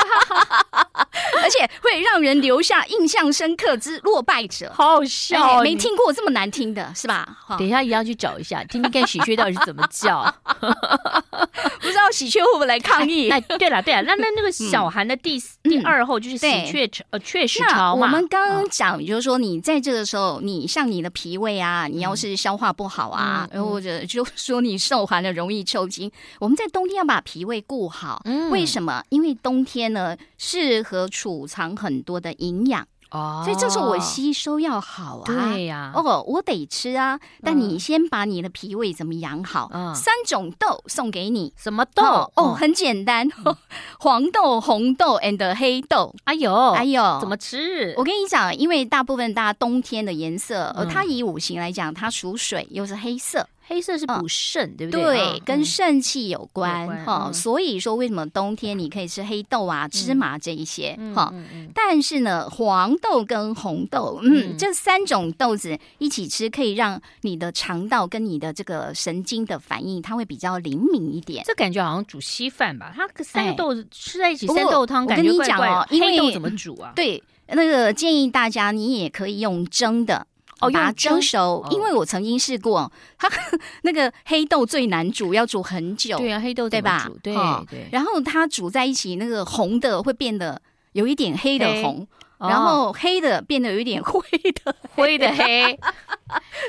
Speaker 2: 而且会让人留下印象深刻之落败者。
Speaker 1: 好好笑、
Speaker 2: 哎
Speaker 1: 哦，
Speaker 2: 没
Speaker 1: 你。
Speaker 2: 听过这么难听的是吧？哈
Speaker 1: 等一下，一样去找一下，听听看喜鹊到底是怎么 叫。
Speaker 2: 不知道喜鹊会不会来抗议？
Speaker 1: 哎，对了对了，那那那个
Speaker 2: 嗯
Speaker 1: 小寒的第四、第二后就是喜鹊呃雀始
Speaker 2: 那
Speaker 1: 巢嘛。
Speaker 2: 我们刚刚讲，就是说你在这个时候，你像你的脾胃啊，你要是消化不好啊，
Speaker 1: 嗯嗯嗯
Speaker 2: 或者就说你受寒了容易抽筋，我们在冬天要把脾胃顾好。
Speaker 1: 嗯
Speaker 2: 为什么？因为冬天呢，适合储藏很多的营养。
Speaker 1: 哦，
Speaker 2: 所以这时候我吸收要好啊。
Speaker 1: 对呀、
Speaker 2: 哦，我得吃啊，但
Speaker 1: 嗯
Speaker 2: 你先把你的脾胃怎么养好？
Speaker 1: 嗯
Speaker 2: 三种豆送给你。
Speaker 1: 什么豆嗯
Speaker 2: 哦哦，很简单， 黄豆、红豆 and 黑豆。
Speaker 1: 哎呦，
Speaker 2: 哎呦，哦
Speaker 1: 怎么吃？
Speaker 2: 我跟你讲，因为大部分大家冬天的颜色，呃，
Speaker 1: 嗯
Speaker 2: 它以五行来讲，它属水，又是黑色，
Speaker 1: 黑色是补肾，对不对？
Speaker 2: 哦对，
Speaker 1: 嗯
Speaker 2: 跟肾气有关
Speaker 1: 有关
Speaker 2: 哈、
Speaker 1: 嗯
Speaker 2: 所以说，为什么冬天你可以吃黑豆啊、芝麻这一些
Speaker 1: 嗯
Speaker 2: 哈、
Speaker 1: 嗯嗯
Speaker 2: 但是呢，黄豆跟红豆，嗯，
Speaker 1: 嗯
Speaker 2: 这三种豆子一起吃，可以让你的肠道跟你的这个神经的反应，它会比较灵敏一点。
Speaker 1: 这感觉好像煮稀饭吧？它三个
Speaker 2: 哎
Speaker 1: 豆子吃在一起，
Speaker 2: 不过
Speaker 1: 三豆汤
Speaker 2: 我
Speaker 1: 感
Speaker 2: 跟
Speaker 1: 觉
Speaker 2: 你
Speaker 1: 怪
Speaker 2: 讲
Speaker 1: 怪
Speaker 2: 哦
Speaker 1: 的。
Speaker 2: 因
Speaker 1: 黑豆
Speaker 2: 为
Speaker 1: 怎么煮啊？
Speaker 2: 对，那个建议大家，你也可以用蒸的。
Speaker 1: 哦
Speaker 2: 把它
Speaker 1: 用蒸
Speaker 2: 蒸熟
Speaker 1: 哦，
Speaker 2: 因为我曾经试过，它 那个黑豆最难煮，要煮很久。
Speaker 1: 对啊，黑豆怎
Speaker 2: 对
Speaker 1: 么
Speaker 2: 吧
Speaker 1: 煮对
Speaker 2: 哦
Speaker 1: 对，
Speaker 2: 然后它煮在一起，那个红的会变得有一点黑的
Speaker 1: 黑
Speaker 2: 红，
Speaker 1: 哦
Speaker 2: 然后黑的变得有一点灰的，
Speaker 1: 灰的 黑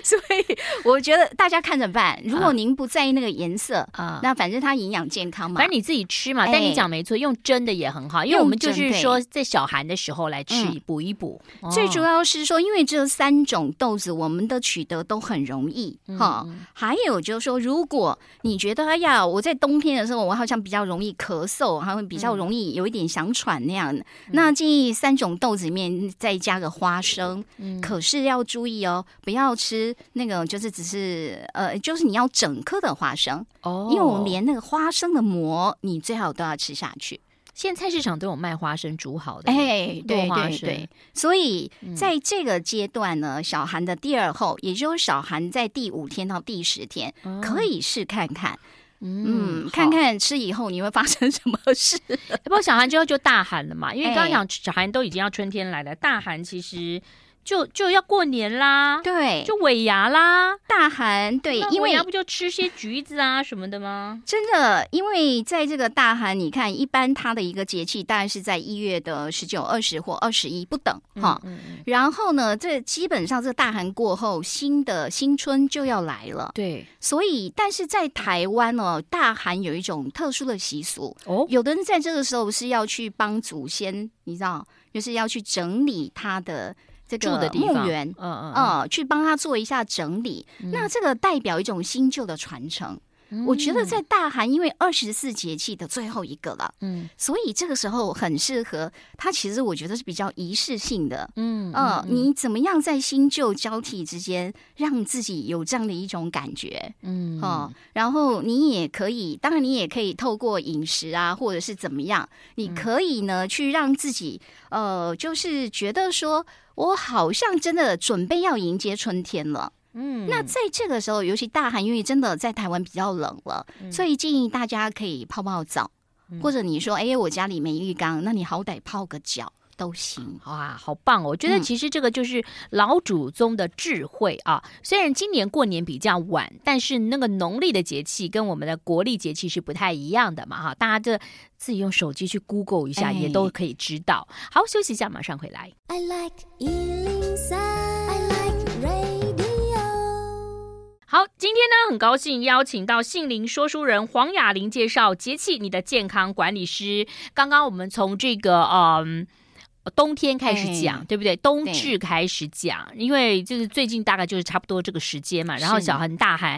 Speaker 2: 所以我觉得大家看着办。如果您不在意那个颜色，
Speaker 1: 啊。
Speaker 2: 那反正它营养健康嘛
Speaker 1: 反。正你自己吃嘛，
Speaker 2: 哎
Speaker 1: 但你讲没错，用蒸的也很好，因为我们就是
Speaker 2: 用蒸
Speaker 1: 说在小寒的时候来吃
Speaker 2: 嗯
Speaker 1: 补一补。哦
Speaker 2: 最主要是说，因为这三种豆子，我们的取得都很容易
Speaker 1: 嗯
Speaker 2: 哈。还有就是说，如果你觉得哎呀，我在冬天的时候，我好像比较容易咳嗽，还会
Speaker 1: 嗯
Speaker 2: 比较容易有一点想喘那样，那建议三种豆子里面再加个花生。
Speaker 1: 嗯
Speaker 2: 可是要注意哦，不要吃那个，就是只是呃，就是你要整颗的花生，
Speaker 1: 哦
Speaker 2: 因为我们连那个花生的膜，你最好都要吃下去。
Speaker 1: 现在菜市场都有卖花生煮好的，
Speaker 2: 哎，
Speaker 1: 多
Speaker 2: 对
Speaker 1: 花
Speaker 2: 对
Speaker 1: 生嗯
Speaker 2: 对，所以在这个阶段呢，小寒的第二后，也就是小寒在第五天到第十天，
Speaker 1: 哦
Speaker 2: 可以试看看，
Speaker 1: 嗯
Speaker 2: 嗯，看。看吃以后你会发生什么 事。
Speaker 1: 好不过小寒之后就大寒了嘛，因为刚刚
Speaker 2: 哎
Speaker 1: 讲小寒都已经要春天来了，大寒其实就就要过年啦，
Speaker 2: 对，
Speaker 1: 就尾牙啦。
Speaker 2: 大寒，对，
Speaker 1: 那
Speaker 2: 因
Speaker 1: 尾
Speaker 2: 为
Speaker 1: 牙不就吃些橘子啊什么的吗？
Speaker 2: 真的，因为在这个大寒，你看，一般它的一个节气大概是在一月的十九、二十或二十一不等哈。
Speaker 1: 嗯嗯
Speaker 2: 然后呢，这基本上这大寒过后，新的新春就要来了。
Speaker 1: 对
Speaker 2: 所以，但是在台湾哦，大寒有一种特殊的习俗，
Speaker 1: 哦，
Speaker 2: 有的人在这个时候是要去帮祖先，你知道，就是要去整理他的这
Speaker 1: 住的
Speaker 2: 个
Speaker 1: 地
Speaker 2: 墓
Speaker 1: 方，
Speaker 2: 园
Speaker 1: 嗯，嗯嗯，
Speaker 2: 呃，去帮他做一下整理。那这个代表一种新旧的传承。
Speaker 1: 嗯
Speaker 2: 我觉得在大寒，因为二十四节气的最后一个了，
Speaker 1: 嗯
Speaker 2: 所以这个时候很适合它。其实我觉得是比较仪式性的。
Speaker 1: 嗯
Speaker 2: 呃，你怎么样在新旧交替之间，让自己有这样的一种感觉
Speaker 1: 嗯
Speaker 2: 哦？然后你也可以，当然你也可以透过饮食啊，或者是怎么样，
Speaker 1: 嗯
Speaker 2: 你可以呢去让自己呃，就是觉得说我好像真的准备要迎接春天了。
Speaker 1: 嗯
Speaker 2: 那在这个时候，尤其大寒，因为真的在台湾比较冷了，所以建议大家可以泡泡澡，或者你说，哎、我家里没浴缸，那你好歹泡个脚都行。
Speaker 1: 哇，好棒哦！我觉得
Speaker 2: 嗯
Speaker 1: 其实这个就是老祖宗的智慧啊。虽然今年过年比较晚，但是那个农历的节气跟我们的国历节气是不太一样的嘛哈。大家这自己用手机去 Google 一下，
Speaker 2: 哎
Speaker 1: 也都可以知道。好，休息一下，马上回来。
Speaker 3: I like Ealing Sound. I like radio.
Speaker 1: 好，今天呢，很高兴邀请到杏林说书人黄雅玲介绍节气你的健康管理师。刚刚我们从这个嗯。冬天开始讲，
Speaker 2: 哎
Speaker 1: 对不对？冬至开始讲，因为就是最近大概就是差不多这个时间嘛。然后
Speaker 2: 是
Speaker 1: 小寒大寒，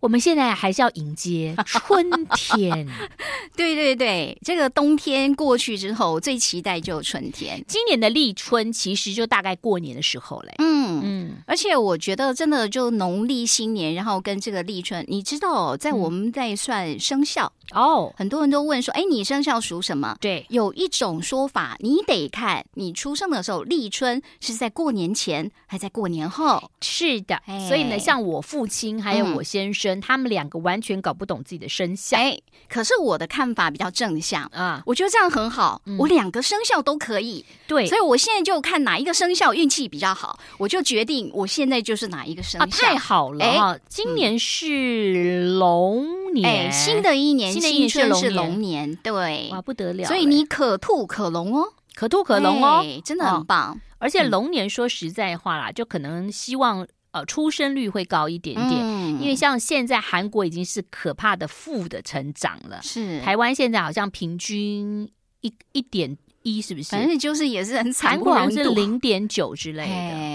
Speaker 1: 我们现在还是要迎接春天。
Speaker 2: 对对对，这个冬天过去之后，最期待就是春天。
Speaker 1: 今年的立春其实就大概过年的时候嘞。
Speaker 2: 嗯。
Speaker 1: 嗯，
Speaker 2: 而且我觉得，真的就农历新年，然后跟这个立春，你知道、哦，在我们在算生肖，
Speaker 1: 哦，
Speaker 2: 很多人都问说，哎，你生肖属什么？
Speaker 1: 对，
Speaker 2: 有一种说法，你得看你出生的时候，立春是在过年前，还在过年后。
Speaker 1: 是的，
Speaker 2: 哎
Speaker 1: 所以呢，像我父亲还有
Speaker 2: 嗯
Speaker 1: 我先生，他们两个完全搞不懂自己的生肖
Speaker 2: 哎，可是我的看法比较正向，
Speaker 1: 啊。
Speaker 2: 我觉得这样很好，我两个生肖都可以，
Speaker 1: 嗯对，
Speaker 2: 所以我现在就看哪一个生肖运气比较好，我就决定我现在就是哪一个生
Speaker 1: 啊，
Speaker 2: 肖。
Speaker 1: 太好了
Speaker 2: 哎
Speaker 1: 哈！今年是龙年，
Speaker 2: 哎，新的一年，
Speaker 1: 新的一年是
Speaker 2: 新春是
Speaker 1: 龙年
Speaker 2: 龙年，对
Speaker 1: 哇，，不得了嘞！哎
Speaker 2: 所以你可兔可龙哦，
Speaker 1: 可兔可龙哦，
Speaker 2: 哎真的很棒，
Speaker 1: 而且龙年说实在话啦，就可能希望呃出生率会高一点点，
Speaker 2: 嗯
Speaker 1: 因为像现在韩国已经是可怕的负的成长了，
Speaker 2: 是
Speaker 1: 台湾现在好像平均一一点一，是不是？
Speaker 2: 反正就是也是很
Speaker 1: 韩
Speaker 2: 惨不
Speaker 1: 国
Speaker 2: 忍
Speaker 1: 人
Speaker 2: 睹
Speaker 1: 是。零点九之类的，
Speaker 2: 哎
Speaker 1: 嗯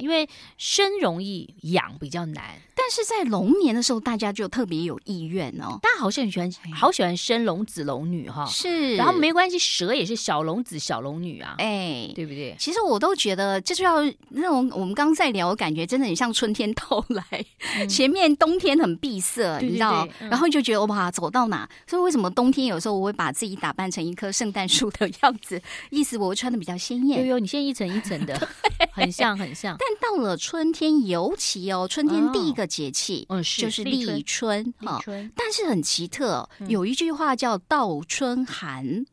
Speaker 1: 因为生容易，养比较难。
Speaker 2: 但是在龙年的时候，大家就特别有意愿哦。
Speaker 1: 大家好像很喜欢，好喜欢生龙子龙女哈。
Speaker 2: 是
Speaker 1: 然后没关系，蛇也是小龙子小龙女啊，
Speaker 2: 哎，
Speaker 1: 对不对？
Speaker 2: 其实我都觉得，这就要那种我们刚刚在聊，我感觉真的很像春天到来，前面冬天很闭塞，
Speaker 1: 嗯对
Speaker 2: 你
Speaker 1: 对
Speaker 2: 知道
Speaker 1: 对，嗯
Speaker 2: 然后就觉得哇，走到哪？所以为什么冬天有时候我会把自己打扮成一棵圣诞树的样子，意思我会穿的比较鲜
Speaker 1: 悠
Speaker 2: 艳。
Speaker 1: 悠，你现在一层一层的， 很像很像。
Speaker 2: 但到了春天，尤其哦，春天第一
Speaker 1: 哦
Speaker 2: 个节气、
Speaker 1: 嗯，是
Speaker 2: 就是
Speaker 1: 立春
Speaker 2: 立春哦
Speaker 1: 立
Speaker 2: 哈，
Speaker 1: 春，
Speaker 2: 但是很奇特哦，
Speaker 1: 嗯
Speaker 2: 有一句话叫“倒春寒”，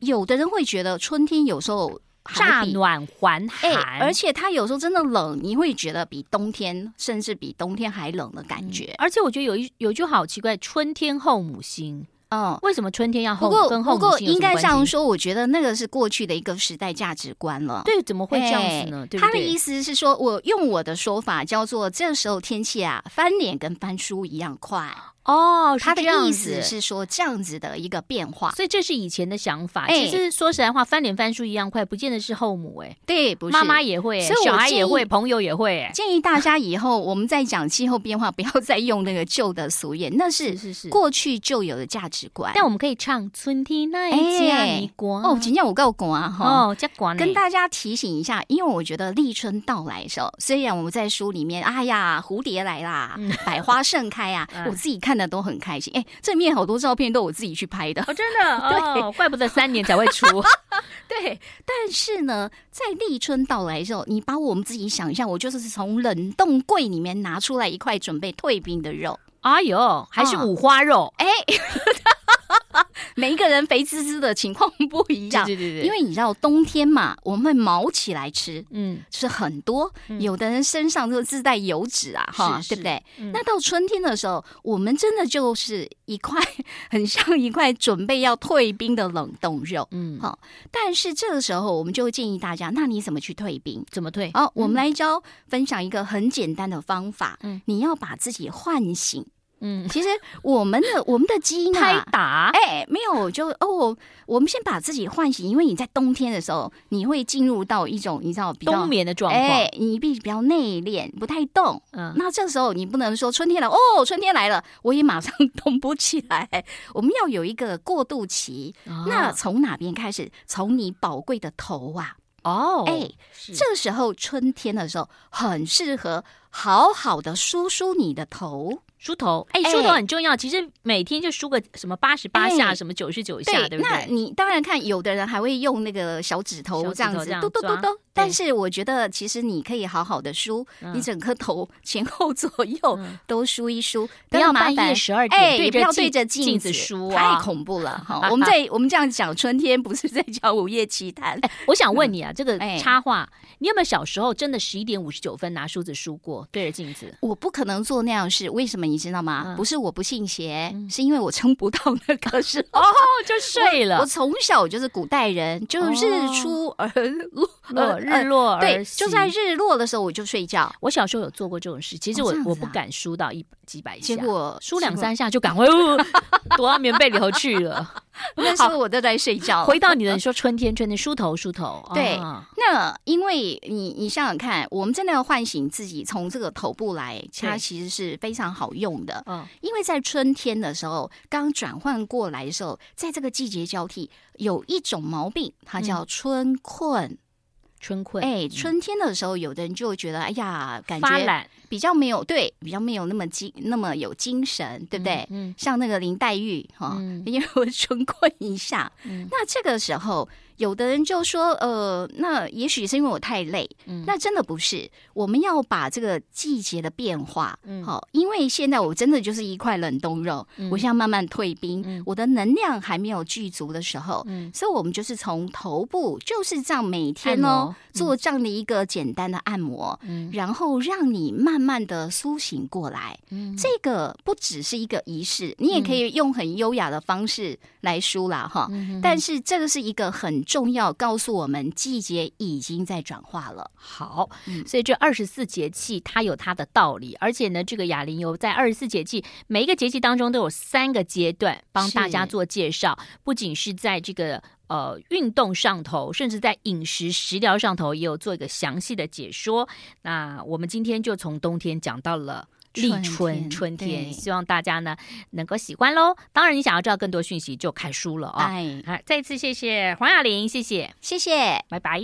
Speaker 2: 有的人会觉得春天有时候还
Speaker 1: 乍
Speaker 2: 比
Speaker 1: 暖还
Speaker 2: 哎、
Speaker 1: 寒，
Speaker 2: 而且它有时候真的冷，你会觉得比冬天甚至比冬天还冷的感觉。
Speaker 1: 而且我觉得有一有一句好奇怪，春天后母心，
Speaker 2: 嗯，
Speaker 1: 为什么春天要后
Speaker 2: 不过
Speaker 1: 跟后
Speaker 2: 不
Speaker 1: 母
Speaker 2: 过
Speaker 1: 心有
Speaker 2: 应
Speaker 1: 什么
Speaker 2: 该
Speaker 1: 关
Speaker 2: 这样
Speaker 1: 系
Speaker 2: 说，我觉得那个是过去的一个时代价值观了。
Speaker 1: 对，怎么会这样子呢？
Speaker 2: 哎
Speaker 1: 对不对？
Speaker 2: 他的意思是说，我用我的说法叫做，这时候天气啊，翻脸跟翻书一样快。
Speaker 1: 哦，是
Speaker 2: 他的
Speaker 1: 这样
Speaker 2: 意
Speaker 1: 子
Speaker 2: 思，是说这样子的一个变化，
Speaker 1: 所以这是以前的想法。
Speaker 2: 哎
Speaker 1: 其实说实在话，翻脸翻书一样快，不见得是后母哎、
Speaker 2: 对，不是
Speaker 1: 妈妈也会、哎
Speaker 2: 所以我
Speaker 1: 小孩
Speaker 2: 建
Speaker 1: 也
Speaker 2: 议
Speaker 1: 会，朋友也会、哎，
Speaker 2: 建议大家以后我们在讲气候变化，不要再用那个旧的俗谚，那
Speaker 1: 是
Speaker 2: 是
Speaker 1: 是是。
Speaker 2: 过去就有的价值观。
Speaker 1: 但我们可以唱《春天那
Speaker 2: 哎
Speaker 1: 一家米瓜》
Speaker 2: 哦，今天我告诉啊哈。
Speaker 1: 哦，这瓜
Speaker 2: 跟大家提醒一下，因为我觉得立春到来的时候，虽然我们在书里面，哎呀，蝴蝶来啦，百花盛开啊
Speaker 1: 嗯，
Speaker 2: 我自己看的都很开心。哎，这面好多照片都我自己去拍 的。
Speaker 1: 哦，真的哦，怪不得三年才会出。
Speaker 2: 对，但是呢，在立春到来的时候，你把我们自己想象，我就是从冷冻柜里面拿出来一块准备退冰的肉，
Speaker 1: 哎呦，还是五花肉，
Speaker 2: 哎，每一个人肥滋滋的情况不一样，
Speaker 1: 对对对，
Speaker 2: 因为你知道冬天嘛，我们会毛起来吃。
Speaker 1: 嗯，
Speaker 2: 吃很多，
Speaker 1: 嗯
Speaker 2: 有的人身上就自带油脂啊，哈，
Speaker 1: 是
Speaker 2: 对不对？
Speaker 1: 嗯
Speaker 2: 那到春天的时候，我们真的就是一块很像一块准备要退冰的冷冻肉。
Speaker 1: 嗯
Speaker 2: 好但是这个时候，我们就会建议大家，那你怎么去退冰？
Speaker 1: 怎么退？
Speaker 2: 好，我们来教分享一个很简单的方法。
Speaker 1: 嗯
Speaker 2: 你要把自己唤醒。
Speaker 1: 嗯，
Speaker 2: 其实我们的我们的基因
Speaker 1: 拍
Speaker 2: 啊，
Speaker 1: 打，
Speaker 2: 哎，没有，就哦，我们先把自己唤醒，因为你在冬天的时候，你会进入到一种你知道比较
Speaker 1: 冬眠的状况
Speaker 2: 哎，，你比比较内敛，不太动。
Speaker 1: 嗯，
Speaker 2: 那这时候你不能说春天来哦，春天来了，我也马上 动不起来。我们要有一个过渡期。那
Speaker 1: 哦
Speaker 2: 从哪边开始？从你宝贵的头啊！
Speaker 1: 哦，
Speaker 2: 哎，
Speaker 1: 是
Speaker 2: 这时候春天的时候，很适合好好的梳梳你的头。
Speaker 1: 梳头，哎，
Speaker 2: 哎
Speaker 1: 梳头很重要。其实每天就梳个什么八十八下，
Speaker 2: 哎
Speaker 1: 什么九十九下，对不
Speaker 2: 那
Speaker 1: 对？
Speaker 2: 你当然看，有的人还会用那个小指
Speaker 1: 小
Speaker 2: 头
Speaker 1: 指
Speaker 2: 这样
Speaker 1: 头
Speaker 2: 子
Speaker 1: 这样
Speaker 2: 嘟嘟嘟
Speaker 1: 抓
Speaker 2: 嘟。但是我觉得，其实你可以好好的梳，
Speaker 1: 嗯
Speaker 2: 你整颗头前后左右
Speaker 1: 嗯
Speaker 2: 都梳一梳，
Speaker 1: 不
Speaker 2: 但
Speaker 1: 要
Speaker 2: 麻
Speaker 1: 半夜
Speaker 2: 烦
Speaker 1: 十二
Speaker 2: 哎，
Speaker 1: 点对
Speaker 2: 也不要对着
Speaker 1: 镜
Speaker 2: 镜
Speaker 1: 子梳啊！
Speaker 2: 太恐怖 了哈！我们在我们这样讲春天，不是在讲午夜奇谈。
Speaker 1: 我想问你啊，这个
Speaker 2: 哎
Speaker 1: 插画，你有没有小时候真的十一点五十九分拿梳子梳过，对着镜子？
Speaker 2: 我不可能做那样的事，为什么你知道吗？
Speaker 1: 嗯
Speaker 2: 不是我不信邪，是因为我撑不到那个时候。
Speaker 1: 哦，就睡
Speaker 2: 我。从小就是古代人，就是日出而落，
Speaker 1: 落
Speaker 2: 呃
Speaker 1: 日落而
Speaker 2: 对，
Speaker 1: 息
Speaker 2: 就在日落的时候我就睡觉，
Speaker 1: 我小时候有做过这种事，其实
Speaker 2: 哦
Speaker 1: 我
Speaker 2: 这样子啊
Speaker 1: 我不敢梳到一几百下，
Speaker 2: 结果
Speaker 1: 梳两
Speaker 2: 结果
Speaker 1: 三下就赶快呃 躲到棉被里头去 了。
Speaker 2: 那时候我都在睡觉。
Speaker 1: 回到你的，你说春天，春天梳头梳头，
Speaker 2: 对
Speaker 1: 啊
Speaker 2: 那因为你你想想看，我们真的要唤醒自己，从这个头部来，它其实是非常好用的。
Speaker 1: 嗯，
Speaker 2: 因为在春天的时候，刚转换过来的时候，在这个季节交替，有一种毛病，它叫春困。
Speaker 1: 春困，
Speaker 2: 哎、春天的时候，有的人就会觉得，哎呀，感
Speaker 1: 发
Speaker 2: 觉
Speaker 1: 懒，
Speaker 2: 比较没有对，比较没有那么精，那么有精神，对不对？
Speaker 1: 嗯
Speaker 2: 像那个林黛玉哈，
Speaker 1: 嗯
Speaker 2: 因为我春困一下，
Speaker 1: 嗯
Speaker 2: 那这个时候，有的人就说，呃，那也许是因为我太累，
Speaker 1: 嗯
Speaker 2: 那真的不是。我们要把这个季节的变化，
Speaker 1: 嗯
Speaker 2: 好、因为现在我真的就是一块冷冻肉，
Speaker 1: 嗯
Speaker 2: 我现在慢慢退冰，
Speaker 1: 嗯
Speaker 2: 我的能量还没有具足的时候，
Speaker 1: 嗯
Speaker 2: 所以我们就是从头部就是这样每天
Speaker 1: 按
Speaker 2: 哦
Speaker 1: 摩嗯
Speaker 2: 做这样的一个简单的按摩，
Speaker 1: 嗯
Speaker 2: 然后让你慢慢的苏醒过来。
Speaker 1: 嗯
Speaker 2: 这个不只是一个仪式，你也可以用很优雅的方式来梳啦，哈。
Speaker 1: 嗯
Speaker 2: 但是这个是一个很重要，告诉我们季节已经在转化了。
Speaker 1: 好，
Speaker 2: 嗯
Speaker 1: 所以这二十四节气它有它的道理，而且呢，这个哑铃油在二十四节气每一个节气当中都有三个阶段帮大家
Speaker 2: 是
Speaker 1: 做介绍，不仅是在这个。呃运动上头，甚至在饮食食疗上头也有做一个详细的解说。那我们今天就从冬天讲到了。立
Speaker 2: 春
Speaker 1: 春
Speaker 2: 天
Speaker 1: 春天，
Speaker 2: 对
Speaker 1: 希望大家呢能够喜欢喽。当然，你想要知道更多讯息，就看书了啊、
Speaker 2: 哎，
Speaker 1: 好，再次谢谢黄雅玲，谢谢，
Speaker 2: 谢谢。
Speaker 1: 拜拜。